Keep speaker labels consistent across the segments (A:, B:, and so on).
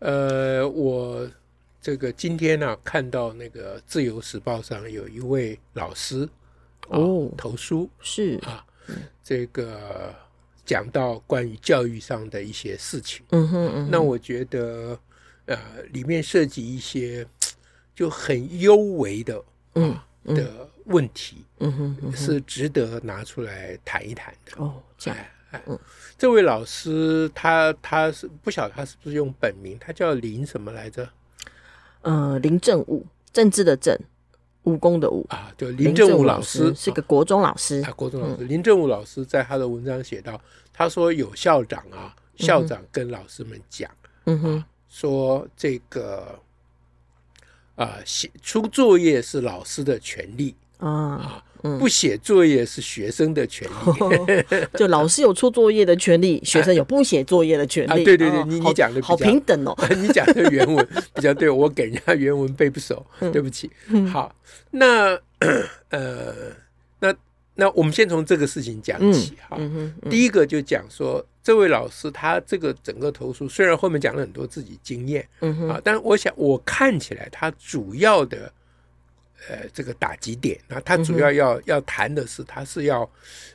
A: 呃，我这个今天呢、啊，看到那个《自由时报》上有一位老师啊、
B: 哦
A: 投书
B: 是，
A: 啊，这个讲到关于教育上的一些事情。
B: 嗯哼嗯哼，
A: 那我觉得，呃，里面涉及一些就很幽微的
B: 嗯
A: 的问题，
B: 嗯哼嗯哼，
A: 是值得拿出来谈一谈的。
B: 哦，这样，
A: 这位老师，他他是不晓得他是不是用本名，他叫林什么来着？
B: 呃，林正武，政治的政，武功的武，
A: 啊，就林正武老师
B: 是个嗯国中老师
A: 啊，，郭正老师，林正武老师在他的文章写到，他说有校长啊，校长跟老师们讲、
B: 嗯哼，
A: 说这个。啊、写出作业是老师的权利，
B: 啊，
A: 不写作业是学生的权利。
B: 就老师有出作业的权利，学生有不写作业的权利。
A: 啊对对对
B: 哦
A: 你
B: 好
A: 你讲得比较
B: 好平等哦。
A: 你讲的原文比较对，我给人家原文背不熟，
B: 嗯
A: 对不起。好，那呃，那那我们先从这个事情讲起哈。
B: 嗯哼，嗯
A: 第一个就讲说，这位老师他这个整个投诉，虽然后面讲了很多自己经验
B: 嗯哼，
A: 啊，但我想我看起来他主要的呃这个打击点啊，
B: 嗯
A: 他主要要要谈的是，他是要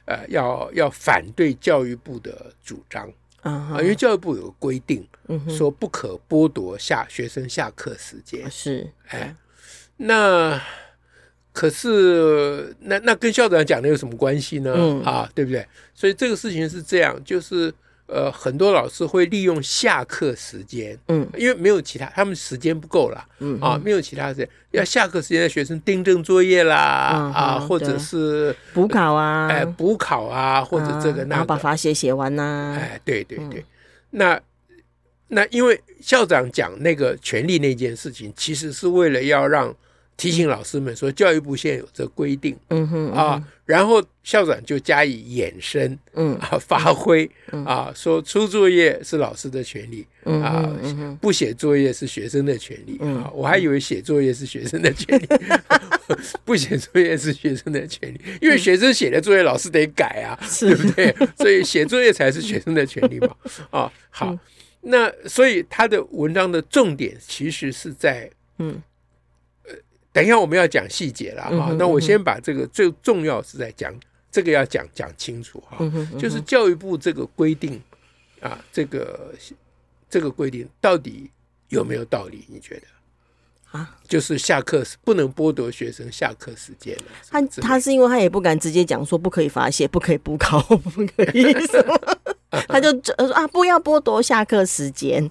A: 呃要要反对教育部的主张。
B: 啊哈
A: 啊，因为教育部有个规定，
B: 嗯哼哦
A: 说不可剥夺下学生下课时间。
B: 是，
A: 哎，那可是那那跟校长讲的有什么关系呢？
B: 嗯
A: 啊，对不对？所以这个事情是这样，就是呃，很多老师会利用下课时间，
B: 嗯
A: 因为没有其他，他们时间不够了。
B: 嗯
A: 啊，没有其他时间，要下课时间的学生订正作业啦，
B: 嗯
A: 啊，
B: 嗯
A: 或者
B: 对
A: 是
B: 补考啊，
A: 哎补考啊，或者这个
B: 啊然
A: 那个
B: 后，把罚写写完呐，
A: 哎，对对
B: 嗯
A: 对，那那因为校长讲那个权利那件事情，其实是为了要让提醒老师们说，教育部现在有这规定
B: 嗯哼，
A: 啊，然后校长就加以衍生
B: 嗯
A: 啊，发挥啊，说出作业是老师的权利
B: 嗯
A: 啊
B: 哼，嗯哼，
A: 不写作业是学生的权利
B: 嗯
A: 啊，我还以为写作业是学生的权 利，不写作业是学生的权利，
B: 嗯
A: 因为学生写的作业老师得改啊， 对不对？所以写作业才是学生的权利嘛。
B: 嗯
A: 啊，好，那所以他的文章的重点其实是在呃
B: 嗯
A: 等一下我们要讲细节了
B: 嗯
A: 哈、
B: 哼
A: 那
B: 嗯
A: 我
B: 哼
A: 先把这个最重要是在讲这个要讲讲清楚哈、
B: 嗯哼，
A: 就是教育部这个规定啊，这个这个规定到底有没有道理？你觉得？
B: 啊，
A: 就是下课时不能剥夺学生下课时间了。
B: 他
A: 之类
B: 啊他是因为他也不敢直接讲说不可以罚写，不可以补考， 不可以什么，他就他说啊不要剥夺下课时 间，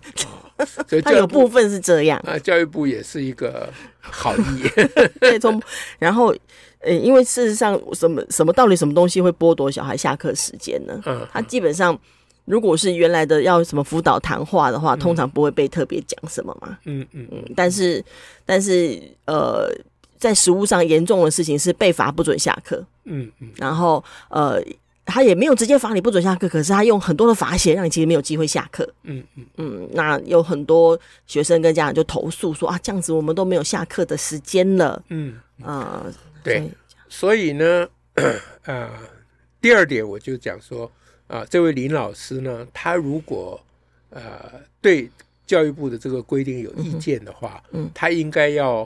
A: 所以
B: 他
A: 教育
B: 有
A: 部
B: 部分是这样。
A: 啊，教育部也是一个好意。
B: 对，从然后，呃，因为事实上，什么什么到底什么东西会剥夺小孩下课时间呢？
A: 嗯
B: 他基本上，如果是原来的要什么辅导谈话的话，通常不会被特别讲什么嘛。
A: 嗯嗯嗯，
B: 嗯，但是但是呃，在实务上严重的事情是被罚不准下课，
A: 嗯嗯，
B: 然后呃。他也没有直接罚你不准下课，可是他用很多的罚写，让你其实没有机会下课。
A: 嗯嗯
B: 嗯，那有很多学生跟家长就投诉说啊，这样子我们都没有下课的时间了。
A: 嗯，
B: 啊、呃，
A: 对
B: 所以
A: 所以呢，啊，第二点我就讲说啊、这位林老师呢，他如果呃对教育部的这个规定有意见的话，
B: 嗯
A: 他应该要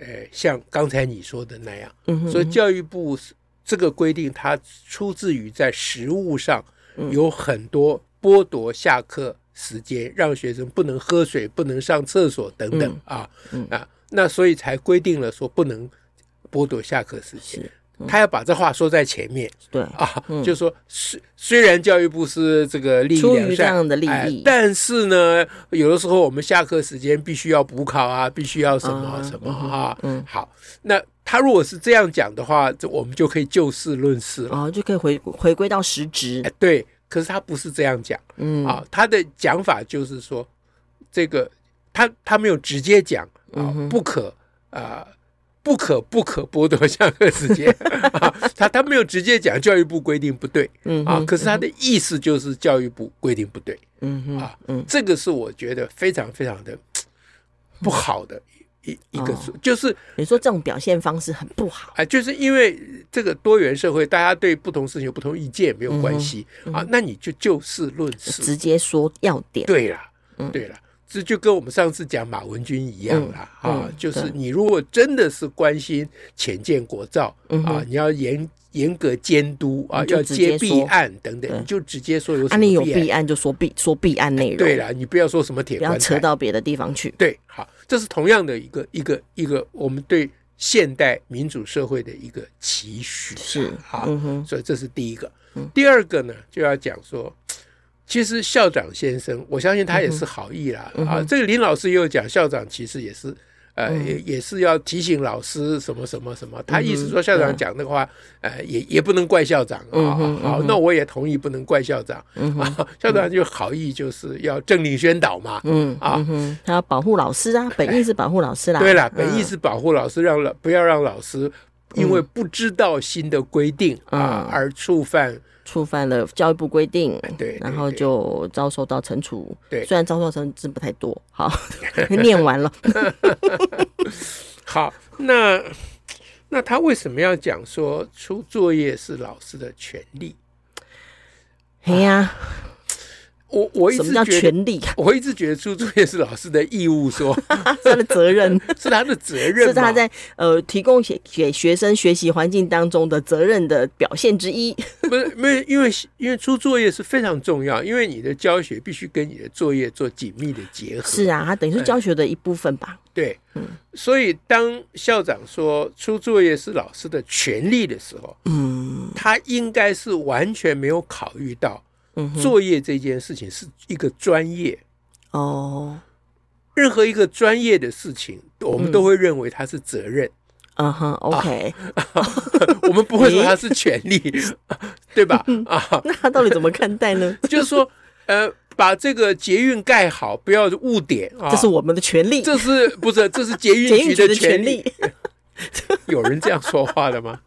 A: 呃像刚才你说的那样，
B: 嗯哼，
A: 所以教育部是这个规定，它出自于在实务上
B: 嗯
A: 有很多剥夺下课时间，让学生不能喝水、不能上厕所等等、
B: 嗯
A: 啊啊，那所以才规定了说不能剥夺下课时间
B: 是。嗯
A: 他要把这话说在前面
B: 对，
A: 啊，就说虽虽然教育部是这个利益
B: 出
A: 良
B: 于这
A: 善
B: 样的利益
A: 哎但是呢，有的时候我们下课时间必须要补考啊，必须要什么、
B: 啊
A: 什么啊。好，那他如果是这样讲的话，这我们就可以就事论事了。
B: 然后哦就可以回回归到实质
A: 哎，对，可是他不是这样讲
B: 嗯
A: 啊，他的讲法就是说，这个他他没有直接讲啊，
B: 嗯
A: 不可啊、不可不可剥夺下课时间 啊，他他没有直接讲教育部规定不对
B: 嗯
A: 啊
B: 哼，
A: 可是他的意思就是教育部规定不对
B: 嗯哼
A: 啊
B: 嗯，
A: 这个是我觉得非常非常的不好的一一一个
B: 哦，
A: 就是
B: 你说这种表现方式很不好，
A: 啊，就是因为这个多元社会，大家对不同事情有不同意见，没有关系
B: 嗯
A: 啊，那你就就事论事，
B: 直接说要点，
A: 对啦，
B: 嗯
A: 对啦，这就跟我们上次讲马文君一样啦，
B: 嗯
A: 啊
B: 嗯，
A: 就是
B: 对
A: 你如果真的是关心浅见国造、
B: 嗯哼
A: 啊，你要严严格监督啊，
B: 你就
A: 要
B: 直接
A: 揭弊
B: 说
A: 案等等，
B: 对
A: 你就直接说有什
B: 啊，
A: 么
B: 你有
A: 案
B: 弊案就说弊，说弊案内容，
A: 对，啦，你不要说什么铁
B: 不要
A: 棺
B: 扯
A: 材，
B: 到别的地方去。
A: 对，好，这是同样的一个一个一个我们对现代民主社会的一个期许，
B: 是
A: 啊，
B: 嗯哼，
A: 所以这是第一个
B: 嗯。
A: 第二个呢，就要讲说，其实校长先生，我相信他也是好意啦。
B: 嗯哼
A: 啊，这个林老师也有讲，校长其实也是。呃，
B: 嗯
A: 也也是要提醒老师什么什么什么。他意思说，
B: 嗯
A: 校长讲的话，呃，也也不能怪校长啊
B: 嗯哼。嗯，
A: 好
B: 哼
A: 那我也同意，不能怪校长
B: 嗯哼，
A: 啊。校长就好意，就是要政令宣导嘛。
B: 嗯
A: 啊
B: 嗯哼，他要保护老师 啊，本意是保护老师啦。
A: 对啦，本意
B: 嗯
A: 是保护老师，让老不要让老师因为不知道新的规定啊
B: 嗯
A: 而触犯
B: 触犯了教育部规定，
A: 对
B: 然
A: 对
B: 后
A: 对
B: 就遭受到惩处。
A: 对
B: 虽然遭受惩处不太多， 好，念完了。
A: 好，那那他为什么要讲说出作业是老师的权利？
B: 哎呀，
A: 我我一
B: 什
A: 直
B: 么叫
A: 觉得，
B: 权利？
A: 我一直觉得出作业是老师的义务说，
B: 他的责任
A: 是他的责任嘛，
B: 是他在呃提供给给学生学习环境当中的责任的表现之 一。
A: 不是没有，因为因为出作业是非常重要，因为你的教学必须跟你的作业做紧密的结合，
B: 是嗯啊，他等于是
A: 哎
B: 教学的一部分吧？
A: 对，所以当校长说出作业是老师的权利的时候，
B: 嗯
A: 他应该是完全没有考虑到
B: 嗯哼，
A: 作业这件事情是一个专业。
B: 哦，
A: 任何一个专业的事情，我们都会认为它是责任，
B: 嗯哼，OK，
A: 啊我们不会说它是权利， 对吧？
B: 嗯
A: 啊，
B: 那他到底怎么看待呢？
A: 就是说，呃，把这个捷运盖好，不要误点 啊。
B: 这是我们的权利，
A: 这是不是这是捷
B: 检
A: 运
B: 运
A: 局
B: 局的
A: 权
B: 权利？。
A: 有人这样说话的吗？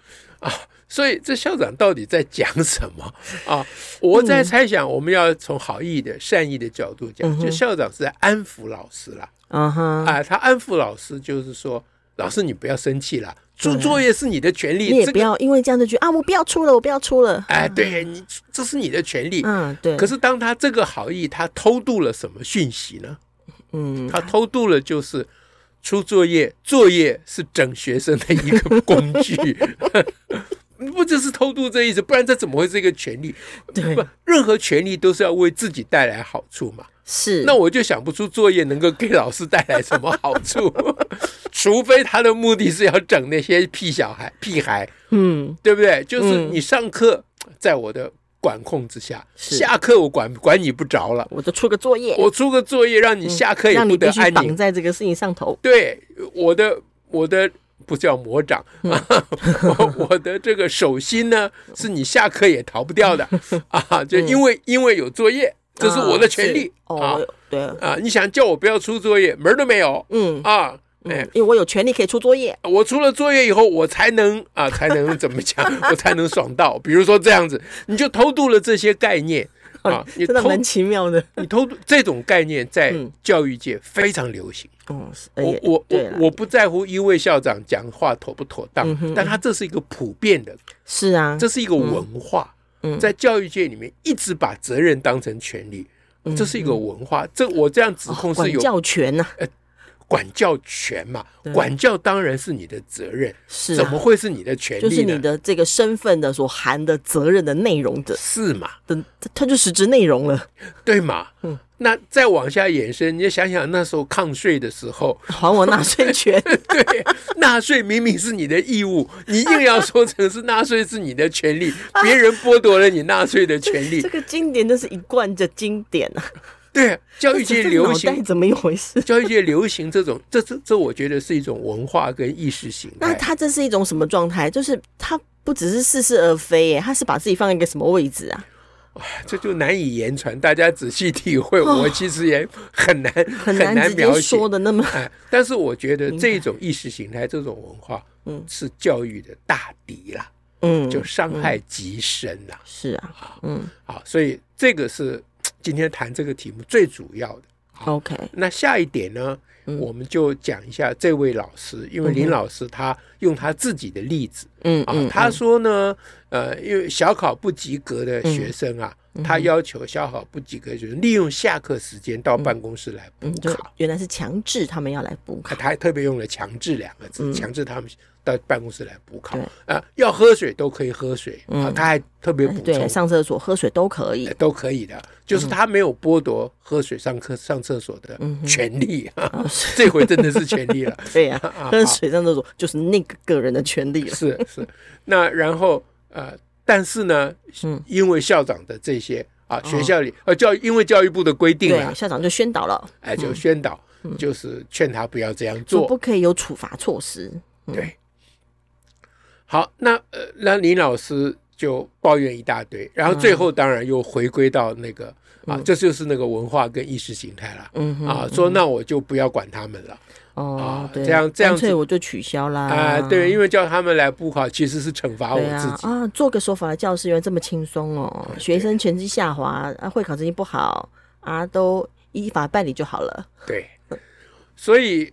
A: 啊，所以这校长到底在讲什么啊？我在猜想，我们要从好意的、善意的角度
B: 嗯
A: 讲，
B: 哼
A: 就校长是在安抚老师啦。
B: 嗯哼，
A: 啊，他安抚老师就是说，老师你不要生气啦，出作业是你的权利，
B: 啊你也
A: 这
B: 不
A: 个
B: 要因为这样就觉得啊，我不要出了，我不要出了。
A: 哎，对你这是你的权利。
B: 嗯，对。
A: 可是当他这个好意，他偷渡了什么讯息呢？
B: 嗯，
A: 他偷渡了就是出作业，作业是整学生的一个工具。 不只是偷渡这意思，不然这怎么会是一个权利？
B: 对
A: 不，任何权利都是要为自己带来好处嘛。
B: 是。
A: 那我就想不出作业能够给老师带来什么好处， 除非他的目的是要整那些屁小孩、屁孩，
B: 嗯，
A: 对不对？就是
B: 嗯
A: 你上课在我的管控之下，
B: 是
A: 下课我管管你不着了，
B: 我就出个作业，
A: 我出个作业让你下课也
B: 嗯让
A: 不
B: 你
A: 得
B: 必须
A: 安宁
B: 绑，在这个事情上头。
A: 对，我的我的不叫魔掌，
B: 嗯
A: 啊我我的这个手心呢，是你下课也逃不 掉的啊！就因为因为有作业，这是我的权利
B: 嗯啊是
A: 啊
B: 哦，对，
A: 啊！你想叫我不要出作业，门儿都没有
B: 嗯，
A: 啊！哎
B: 嗯，因为我有权利可以出作业。
A: 我出了作业以后，我才能啊，才能怎么讲，我才能爽到。比如说这样子，你就偷渡了这些概念啊，你
B: 哦真的
A: 偷
B: 蛮奇妙的。
A: 你偷渡这种概念在
B: 嗯
A: 教育界非常流行。
B: 嗯，是哎
A: 我我
B: 对
A: 我
B: 了
A: 我不在乎一位校长讲话妥不妥当
B: 嗯，哼
A: 但他这是一个普遍的，
B: 是啊，
A: 这是一个文化，
B: 嗯
A: 在教育界里面一直把责任当成权利，这是一个文化。这我这样指控
B: 嗯哦
A: 是
B: 管
A: 有哎
B: 教权呐，
A: 管教权嘛？
B: 对
A: 管教当然是你的责任，
B: 是
A: 怎么
B: 啊，
A: 会是你的权
B: 就是
A: 利
B: 你
A: 呢？
B: 的这个身份的所含的责任的内容的
A: 是嘛？
B: 的，它就实质内容了。
A: 对嘛
B: 嗯？
A: 那再往下延伸，你就想想那时候抗税的 时候，
B: 还我纳税 权，
A: 对，纳税明明是你的义务，你硬要说成是纳税是你的权利，别人剥夺了你纳税的权 利
B: 这。个经典真是一贯的经典啊！
A: 对，教育界
B: 这
A: 流
B: 脑袋
A: 行，
B: 怎么一回事？
A: 教育界流行这种，这这这，我觉得是一种文化跟意识形
B: 那
A: 态。
B: 他这是一种什么状态？就是他不只是似是而非耶，他是把自己放在一个什么位置啊？
A: 哇这就难以言传，大家仔细体会。我其实也很难、
B: 哦很
A: 很
B: 难
A: 难
B: 直接
A: 描写
B: 说的那么
A: 哎， 但是我觉得这种意识形态、这种文化，
B: 嗯
A: 是教育的大敌啦，
B: 嗯，
A: 就伤害极深啦。
B: 是啊，嗯
A: 啊，所以这个是今天谈这个题目最主要的。
B: ，OK，
A: 那下一点呢，
B: 嗯
A: 我们就讲一下这位老师，因为
B: 嗯
A: 林
B: 哼
A: 老师他用他自己的例子
B: 嗯
A: 啊，
B: 嗯，
A: 他
B: 嗯
A: 说呢，呃，因为小考不及格的
B: 嗯
A: 学生啊，他要求小考不及格的学生利用下课时间到办公室来补
B: 嗯，就
A: 考，
B: 原来是强制他们要来补
A: 他
B: 考，
A: 他还特别用了“强制”两个字，
B: 嗯
A: 强制他们到办公室来补考
B: 对
A: 啊、要喝水都可以喝水啊，
B: 嗯
A: 他还特别补充
B: 对，。上嗯厕所、喝水都可以
A: 呃，都可以的，就是他没有剥夺喝水、上课、上厕所的
B: 嗯
A: 权利啊！
B: 啊是
A: 这回真的是权利了，
B: 对 呀，
A: 啊
B: 喝水、上厕所就是那个个人的权利了，
A: 是是，那然后呃，但是呢，
B: 嗯
A: 因为校长的这些啊，
B: 哦
A: 学校里呃教因为教育部的规定
B: 对，
A: 啊，
B: 校长就宣导了，
A: 哎，就宣导，就是劝他不要这样
B: 说不
A: 做。
B: 可以有处罚措施，
A: 对，好，那呃，那林老师就抱怨一大堆，然后最后当然又回归到那个啊，这就是那个文化跟意识形态了。
B: 嗯哼，
A: 啊，说那我就不要管他们了
B: 哦
A: 啊，
B: 对，
A: 这样这样
B: 干脆
A: 子
B: 我就取消啦，
A: 啊，对，因为叫他们来补考其实是惩罚我
B: 对啊
A: 自己，啊
B: 啊，做个守法的教师原来这么轻松哦，学生成绩下滑啊，会考成绩不好啊，都依法办理就好了。
A: 对，所以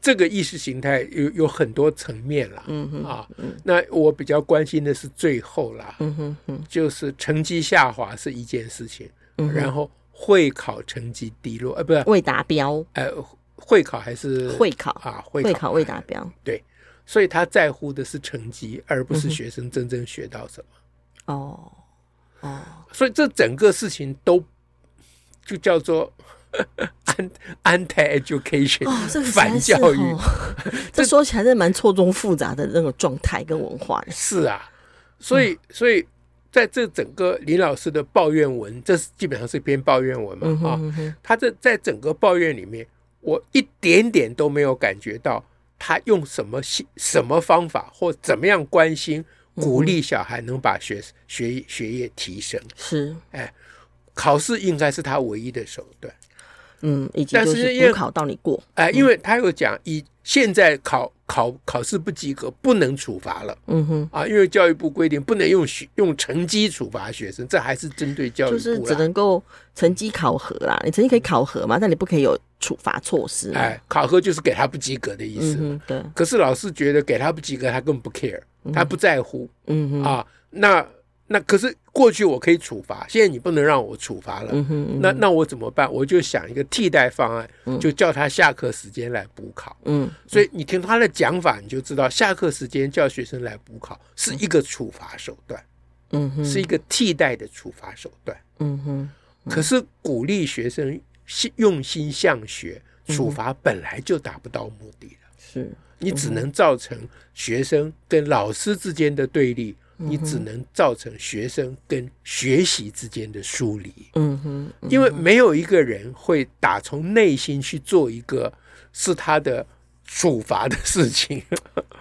A: 这个意识形态有有很多层面了，
B: 嗯哼，
A: 啊，那我比较关心的是最后啦，
B: 嗯哼哼，
A: 就是成绩下滑是一件事情，
B: 嗯哼，
A: 然后会考成绩低落，呃，不是，
B: 未达标，
A: 呃，会考还是
B: 会考，
A: 啊，会
B: 会
A: 考，
B: 考未达标。
A: 所以他在乎的是成绩，而不是
B: 嗯哼
A: 学生真正学到什么。
B: 哦哦，
A: 所以这整个事情都就叫做 安 anti education，、
B: 哦，这个实
A: 反
B: 在是
A: 教育
B: 哦，这说起来是蛮错综复杂的那种状态跟文化 的。
A: 是啊，所
B: 嗯
A: 以所以在这整个李老师的抱怨文，这是基本上是篇抱怨文嘛
B: 嗯
A: 啊、
B: 哼嗯哼，
A: 他这在整个抱怨里面，我一点点都没有感觉到他用什么心什么方法或怎么样关心鼓励小孩能把学学学业提升，
B: 是，
A: 考试应该是他唯一的手段。
B: 嗯，以及
A: 但
B: 就是
A: 因为
B: 是补考到你过，
A: 哎，因为他有讲，以现在考考考试不及格不能处罚了
B: 嗯哼，
A: 啊，因为教育部规定不能用学用成绩处罚学生，这还是针对教
B: 就
A: 育
B: 是
A: 部
B: 只
A: 啦。
B: 能够成绩考核啦，你成绩可以考核嘛，但你不可以有处罚措施嘛。
A: 哎，考核就是给他不及格的意
B: 嗯
A: 思。
B: 哼，对，
A: 可是老师觉得给他不及格，他根本不 care，他不在乎
B: 嗯哼，
A: 啊。那那可是过去我可以处罚，现在你不能让我处罚了
B: 嗯。哼，
A: 那那我怎么办？我就想一个替代方案，就叫他下课时间来补考。
B: 嗯
A: 所以你听他的讲法，你就知道下课时间叫学生来补考是一个处罚手段，
B: 嗯哼，
A: 是一个替代的处罚手段。
B: 嗯哼，
A: 可是鼓励学生心用心向学，
B: 嗯
A: 处罚本来就达不到目的了，
B: 是，
A: 你
B: 嗯
A: 只能造成学生跟老师之间的对立，
B: 嗯
A: 你只能造成学生跟学习之间的疏离。
B: 嗯哼，嗯
A: 因为没有一个人会打从内心去做一个是他的处罚的 事情。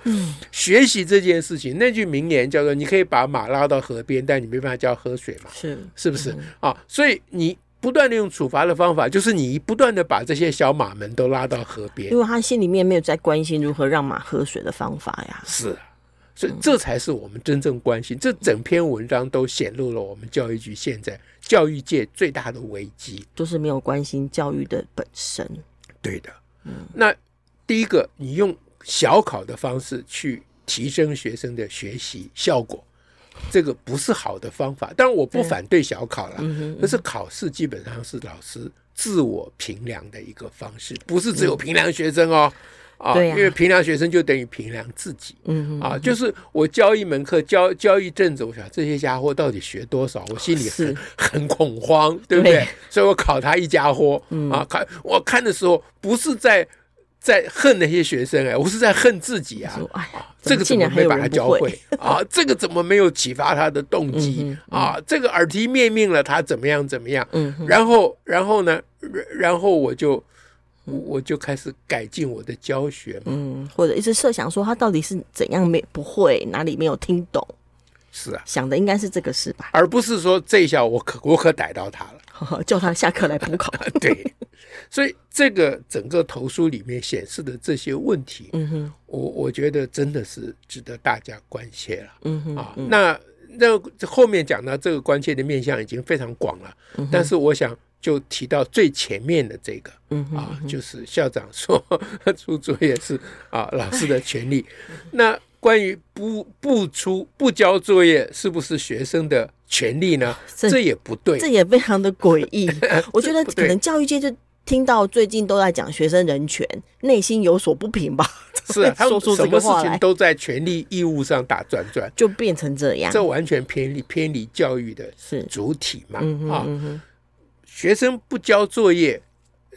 B: 嗯
A: 学习这件事情，那句名言叫做“你可以把马拉到河边，但你没办法叫它喝水嘛
B: 是”，，
A: 是不是啊？所以你不断的用处罚的方法，就是你不断的把这些小马们都拉到河边
B: 因。为他心里面没有在关心如何让马喝水的方法呀。
A: 是啊，所以这才是我们真正关心。这整篇文章都显露了我们教育局现在教育界最大的危机。
B: 就是没有关心教育的本身，
A: 对的，嗯那第一个，你用小考的方式去提升学生的学习效果，这个不是好的方法。当然，我不
B: 对
A: 反对小考啦，
B: 嗯哼，
A: 可是考试基本上是老师自我评量的一个方式，不是只有评量学生哦。啊
B: 嗯对啊
A: 因为评量学生就等于评量自己
B: 嗯哼，
A: 啊，就是我教一门课，教教一阵子，我想这些家伙到底学多少，我心
B: 哦
A: 里很
B: 是
A: 很恐慌，对不对？
B: 对嗯
A: 所以我考他一家伙、啊，看我看的时候不是在在恨那些学生哎，我是在恨自己啊
B: 说，哎呀
A: 啊，这个怎
B: 竟
A: 么
B: 然还
A: 没
B: 有
A: 把他
B: 人
A: 教
B: 不会
A: 会 啊？这个怎么没有启发他的动机、
B: 嗯
A: 啊？这个耳提面命了他怎么样怎么样？
B: 嗯哼，
A: 然后，然后呢？然然后我就我就开始改进我的教学嘛。
B: 嗯嗯，或者一直设想说他到底是怎样没不会，哪里没有听懂，
A: 是啊，
B: 想的应该是这个事吧？
A: 而不是说这一下我可我可逮到他了。
B: 叫他下课来补考。
A: 对，所以这个整个投书里面显示的这些问题，
B: 嗯哼，
A: 我我觉得真的是值得大家关切了。
B: 嗯哼
A: 啊，那那后面讲到这个关切的面向已经非常广了，但是我想就提到最前面的这个，
B: 嗯哼
A: 啊，就是校长说 出作业是啊老师的权利。那关于不不出不交作业是不是学生的权利呢？
B: 这
A: 这也不对
B: 这，也非常的诡 异。我觉得
A: 不
B: 可
A: 对
B: 能教育界就听到最近都在讲学生人权，内心有所不平吧，
A: 是啊，他
B: 说
A: 们
B: 出
A: 什
B: 这
A: 么
B: 个
A: 事
B: 话
A: 情
B: 来，
A: 都在权利义务上打转转，
B: 就变成这样。
A: 这完全偏离偏离教育的
B: 是，
A: 主体嘛
B: 嗯哼
A: 啊！
B: 嗯哼，
A: 学生不交作业，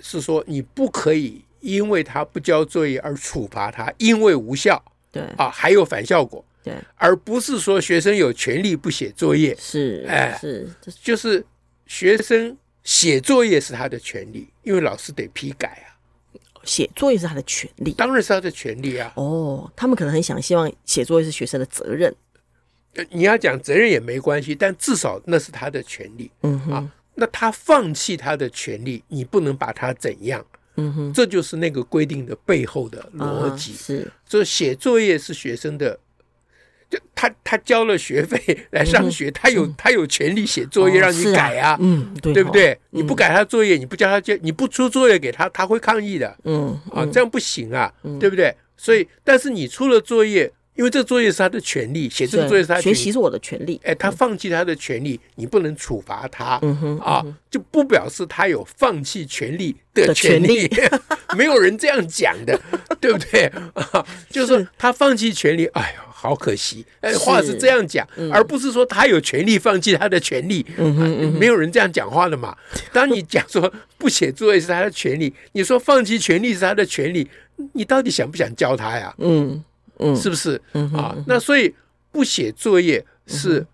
A: 是说你不可以因为他不交作业而处罚他，因为无效
B: 对
A: 啊，还有反效果，
B: 对，
A: 而不是说学生有权利不写作业，
B: 是，
A: 哎
B: 是，这是
A: 就是学生写作业是他的权利，因为老师得批改啊，
B: 写作业是他的权利。
A: 当然是他的权利啊。
B: 哦，他们可能很想希望写作业是学生的责任。
A: 呃你要讲责任也没关系，但至少那是他的权利。
B: 嗯哼，
A: 啊那他放弃他的权利，你不能把他怎样，
B: 嗯哼，
A: 这就是那个规定的背后的逻辑
B: 啊。是，
A: 所以写作业是学生的，就他他交了学费来上
B: 嗯
A: 学，他有他有权利写作业
B: 哦
A: 让你
B: 是
A: 改啊，
B: 嗯，对，
A: 对不？对？你不改他作业，你不叫他交，你不出作业给他，他会抗议的
B: 嗯，
A: 啊，这样不行啊，对不对？所以，但是你出了作业，因为这作业是他的权利，写这个
B: 对
A: 作业是他的权
B: 学
A: 利
B: 习。是我的权利。
A: 哎，他放弃他的权利，你不能处罚他。
B: 嗯哼，
A: 啊，就不表示他有放弃权利的
B: 的
A: 权
B: 权
A: 利
B: 利，
A: 没有人这样讲 的，对不对？啊，就是说他放弃权利，哎呀，好可惜。哎，
B: 是嗯
A: 话是这样讲，而不是说他有权利放弃他的权利，
B: 嗯
A: 啊没有人这样讲话的嘛。当你讲说不写作业是他的权利，你说放弃权利是他的权利，你到底想不想教他呀？
B: 嗯
A: 是不是？啊，那所以不写作业
B: 嗯
A: 是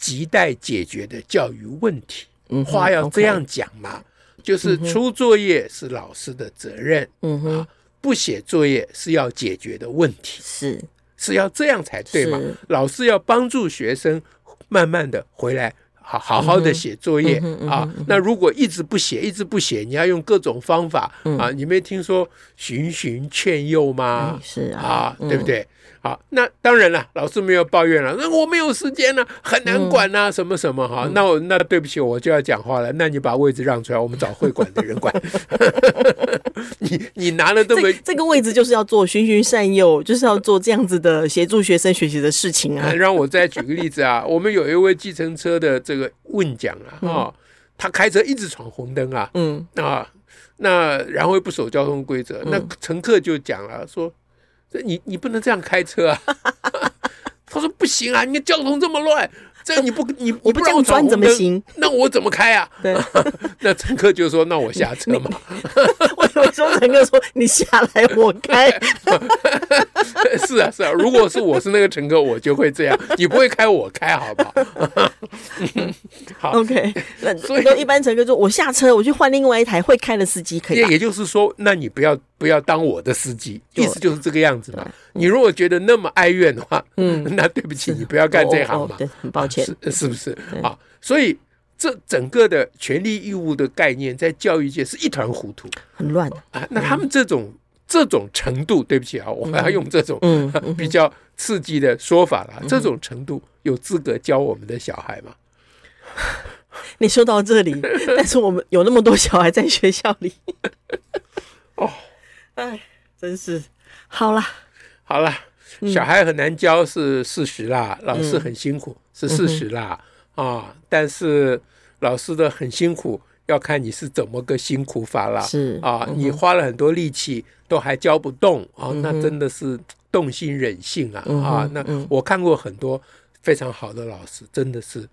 A: 亟待解决的教育问题。
B: 嗯哼，嗯
A: 话要这
B: OK
A: 样讲嘛，就是出作业是老师的责任，
B: 嗯哼，
A: 不写作业是要解决的问题，
B: 是
A: 是要这样才对嘛
B: 是？
A: 老师要帮助学生慢慢的回来。好好好的写作业、
B: 嗯哼
A: 啊！那如果一直不写，一直不写，你要用各种方法、
B: 嗯
A: 啊！你没听说循循劝诱吗
B: 哎？是啊，
A: 啊，对不对？好，那当然了，老师没有抱怨了，那我没有时间了，很难管呐、什么什么哈。那我那对不起，我就要讲话了。那你把位置让出来，我们找会馆的人管。你你拿了这么
B: 这这个位置就是要做循循善诱，就是要做这样子的协助学生学习的事情啊
A: 啊，。让我再举个例子啊，我们有一位计程车的这个问讲啊，哈、他开车一直闯红灯啊，
B: 嗯，
A: 啊，那然后又不守交通规则，那乘客就讲了说，这你你不能这样开车啊。 他说不行啊，你看交通这么乱，这你不你你
B: 我
A: 不
B: 不
A: 让
B: 这
A: 我
B: 样
A: 闯
B: 钻
A: 红
B: 怎么
A: 灯，
B: 行？
A: 那我怎么开啊？
B: 对，
A: 那乘客就说那我下车 嘛，
B: 我有时候陈哥说你下来我开，
A: 哎 是啊是啊，如果是我是那个乘客，我就会 这样，你不会开我开好不好？好
B: OK，那
A: 所以
B: 那一般乘客说我下车我去换另外一台会开的司机可以
A: 也
B: 吧？
A: 也就是说，那你不要不要当我的司机，
B: 对嗯
A: 意思就是这个样子嘛。你如果觉得那么哀怨的话，嗯， 那对不起，你不要干这
B: 哦
A: 行
B: 哦
A: 嘛
B: 哦。对，很抱歉。
A: 是是不是啊？所以这整个的权利义务的概念，在教育界是一团糊涂
B: 很乱。
A: 啊。那他们这种、这种程度，对不起啊，我还要用这种、
B: 嗯
A: 比较刺激的说法了。这种程度有资格教我们的小孩吗？
B: 你说到这 里，但是我们有那么多小孩在学校里，
A: 哦，
B: 哎，真是好啦，
A: 好了，
B: 嗯
A: 小孩很难教是事实啦，老师很辛苦
B: 嗯
A: 是事实啦啊，但是老师的很辛苦。要看你是怎么个辛苦法啦，
B: 是
A: 啊，你花了很多力气，都还教不动啊，
B: 嗯
A: 那真的是动心忍性啊啊！那
B: 嗯
A: 我看过很多非常好的老师，真的是
B: 嗯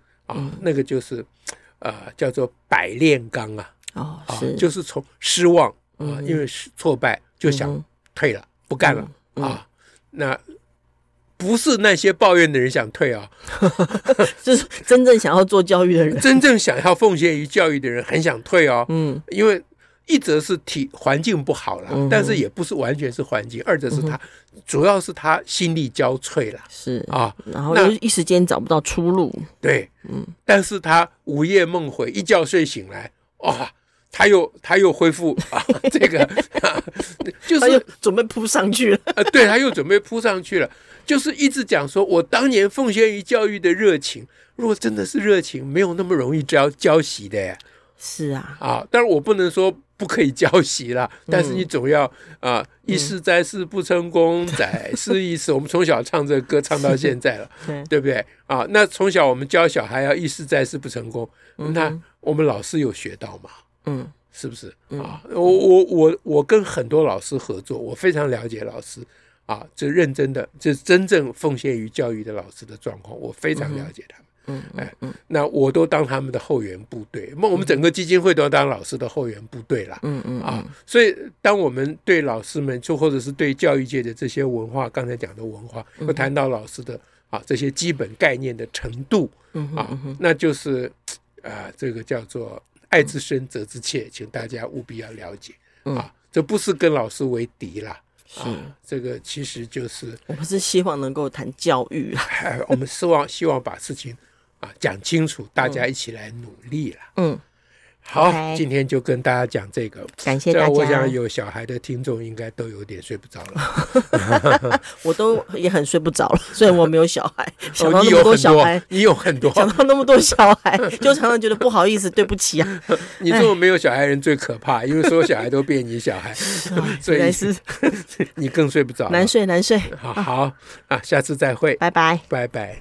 A: 啊，那个就是呃叫做百炼钢啊
B: 哦，
A: 啊
B: 是，，
A: 就是从失望啊，因为失挫败就想
B: 嗯
A: 退了，不干了、啊。那不是那些抱怨的人想退啊，
B: 就是 真正想要做教育的人，
A: 真正想要奉献于教育的人很想退哦，
B: 嗯，
A: 因为一则是体环境不好啦，
B: 嗯哼嗯
A: 但是也不是完全是环境；二则是他、主要是他心力交瘁啦，
B: 是，
A: 啊，
B: 然后
A: 那
B: 又一时间找不到出路，
A: 对，嗯，但是他午夜梦回，一觉睡醒来，哇、他又他又恢复 啊，这个、啊、就
B: 他又
A: 是
B: 准备扑上去了。
A: 呃，对，他又准备扑上去了，就是一直讲说我当年奉献于教育的热情，如果真的是热情，没有那么容易交交习的耶
B: 是啊，
A: 啊，当然我不能说不可以教习啦，但是你总要啊、一世在世不成功，载是一世。我们从小唱这个歌唱到现在了，
B: 对，
A: 对不对啊？那从小我们教小孩要一世再世不成功，那我们老师有学到吗？
B: 嗯，
A: 是不是啊？我我我我跟很多老师合作，我非常了解老师啊，这认真的，这真正奉献于教育的老师的状况，我非常了解他们。
B: 嗯
A: 哎，那我都当他们的后援部队，那我们整个基金会都当老师的后援部队啦。
B: 嗯嗯
A: 啊，所以当我们对老师们，就或者是对教育界的这些文化，刚才讲的文化，
B: 嗯
A: 会谈到老师的啊这些基本概念的程度
B: 嗯哼
A: 啊，那就是啊、这个叫做爱之深责之切，请大家务必要了解
B: 嗯
A: 啊，这不是跟老师为敌啦。啊，这个其实就是，
B: 我们是希望能够谈教育啊啦。
A: 哎我们希望希望把事情啊讲清楚，大家一起来努力啦。
B: 嗯，
A: 好，
B: OK
A: 今天就跟大家讲这个，
B: 感谢
A: 这
B: 大
A: 样我
B: 家
A: 想，有小孩的听众应该都有点睡不着了。
B: 我都也很睡不着 了，虽然我没有 小 孩，想
A: 哦，
B: 到
A: 你
B: 那么
A: 有很
B: 小孩
A: 多，，你有很
B: 想
A: 多，
B: 到那么多小孩，就常常觉得不好意思，对不起 啊，
A: 你这种没有小孩的人最可怕，因为所有小孩都变你小孩， 所
B: 原
A: 以
B: 来 是
A: 你更睡不着了。
B: 难睡难睡，
A: 好好啊，下次再会，
B: 拜拜。
A: 拜拜。